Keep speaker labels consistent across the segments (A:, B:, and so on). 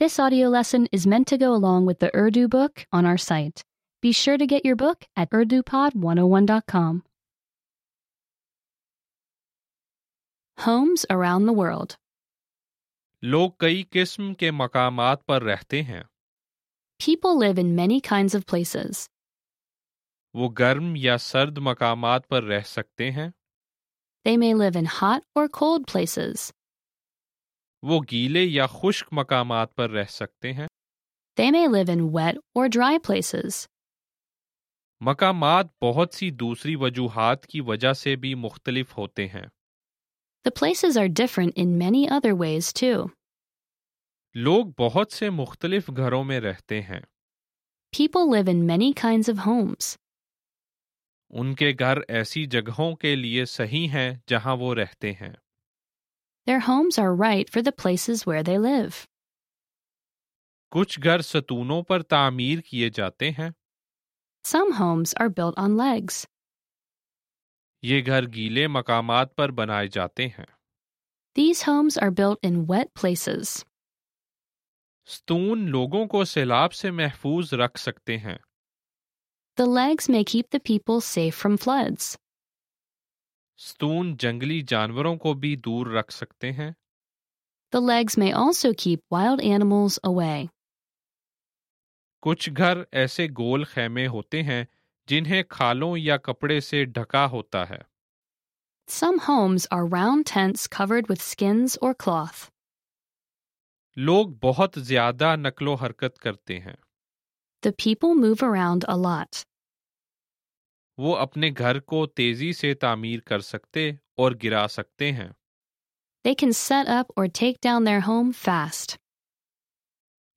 A: This audio lesson is meant to go along with the Urdu book on our site. Be sure to get your book at urdupod101.com. Homes around the world.
B: लोग कई किस्म के मकामात पर रहते हैं
A: People live in many kinds of places.
B: वो गर्म या सर्द मकामात पर रह सकते हैं
A: They may live in hot or cold places.
B: वो गीले या खुश्क मकामात पर रह सकते हैं
A: They may live in wet or dry places.
B: मकामात बहुत सी दूसरी वजूहात की वजह से भी मुख्तलिफ होते हैं
A: The places are different in many other ways, too.
B: लोग बहुत से मुख्तलिफ घरों में रहते हैं
A: People live in many kinds of homes.
B: उनके घर ऐसी जगहों के लिए सही हैं जहां वो रहते हैं
A: Their homes are right for the places where they live.
B: कुछ घर सतूनों पर तामीर किए जाते हैं
A: Some homes are built on legs.
B: ये घर गीले मकामात पर बनाए जाते हैं
A: These homes are built in wet places.
B: स्तून लोगों को सैलाब से महफूज रख सकते हैं
A: The legs may keep the people safe from floods.
B: स्तून जंगली जानवरों को भी दूर रख सकते हैं
A: The legs may also keep wild animals away.
B: कुछ घर ऐसे गोल खैमे होते हैं जिन्हें खालों या कपड़े से ढका होता है
A: Some homes are round tents covered with skins or cloth.
B: लोग बहुत ज्यादा नकलो हरकत करते हैं
A: The people move around a lot.
B: वो अपने घर को तेजी से तामीर कर सकते और गिरा सकते हैं
A: They can set up or take down their home fast.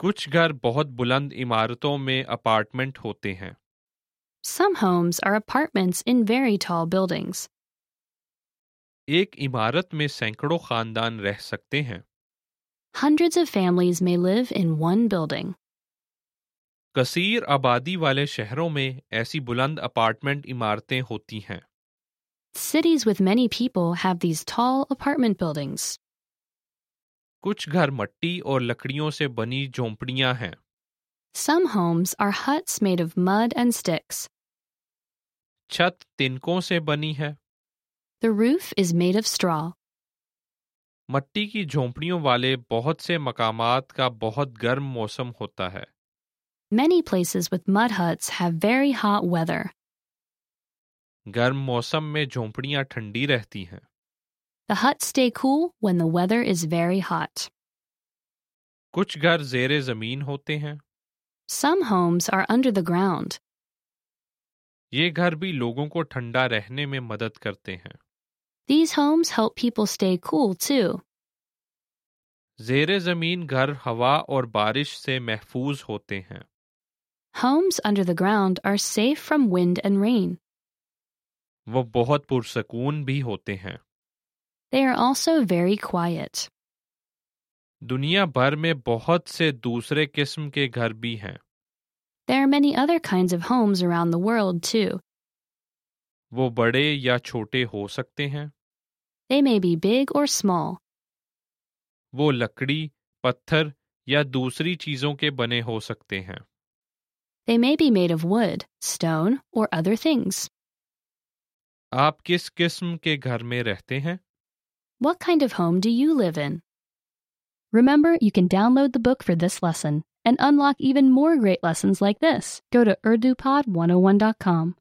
B: कुछ घर बहुत बुलंद इमारतों में अपार्टमेंट होते हैं
A: Some homes are apartments in very tall buildings.
B: एक इमारत में सैकड़ों खानदान रह सकते हैं
A: Hundreds of families may live in one building.
B: कसीर आबादी वाले शहरों में ऐसी बुलंद अपार्टमेंट इमारतें होती हैं
A: Cities with many people have these tall apartment buildings.
B: कुछ घर मट्टी और लकड़ियों से बनी झोंपड़ियां हैं
A: Some homes are huts made of mud and sticks.
B: छत तिनकों से बनी है
A: The roof is made of straw.
B: मट्टी की झोंपड़ियों वाले बहुत से मकामात का बहुत गर्म मौसम होता है
A: Many places with mud huts have very hot weather.
B: गर्म मौसम में झोंपड़ियां ठंडी रहती हैं
A: The huts stay cool when the weather is very hot.
B: कुछ घर जेर जमीन होते हैं
A: Some homes are under the ground.
B: ये घर भी लोगों को ठंडा रहने में मदद करते हैं
A: These homes help people stay cool too.
B: जेर जमीन घर हवा और बारिश से महफूज होते हैं
A: Homes under the ground are safe from wind and rain.
B: वो बहुत पुरसकून भी होते हैं
A: They are also very quiet.
B: दुनिया भर में बहुत से दूसरे किस्म के घर भी हैं
A: There are many other kinds of homes around the world too.
B: वो बड़े या छोटे हो सकते हैं
A: They may be big or small.
B: वो लकड़ी पत्थर या दूसरी चीजों के बने हो सकते हैं
A: They may be made of wood, stone, or other things.
B: आप किस किस्म के घर में रहते हैं
A: What kind of home do you live in? Remember, you can download the book for this oh lesson and unlock even more great lessons like this. Go to urdupod101.com.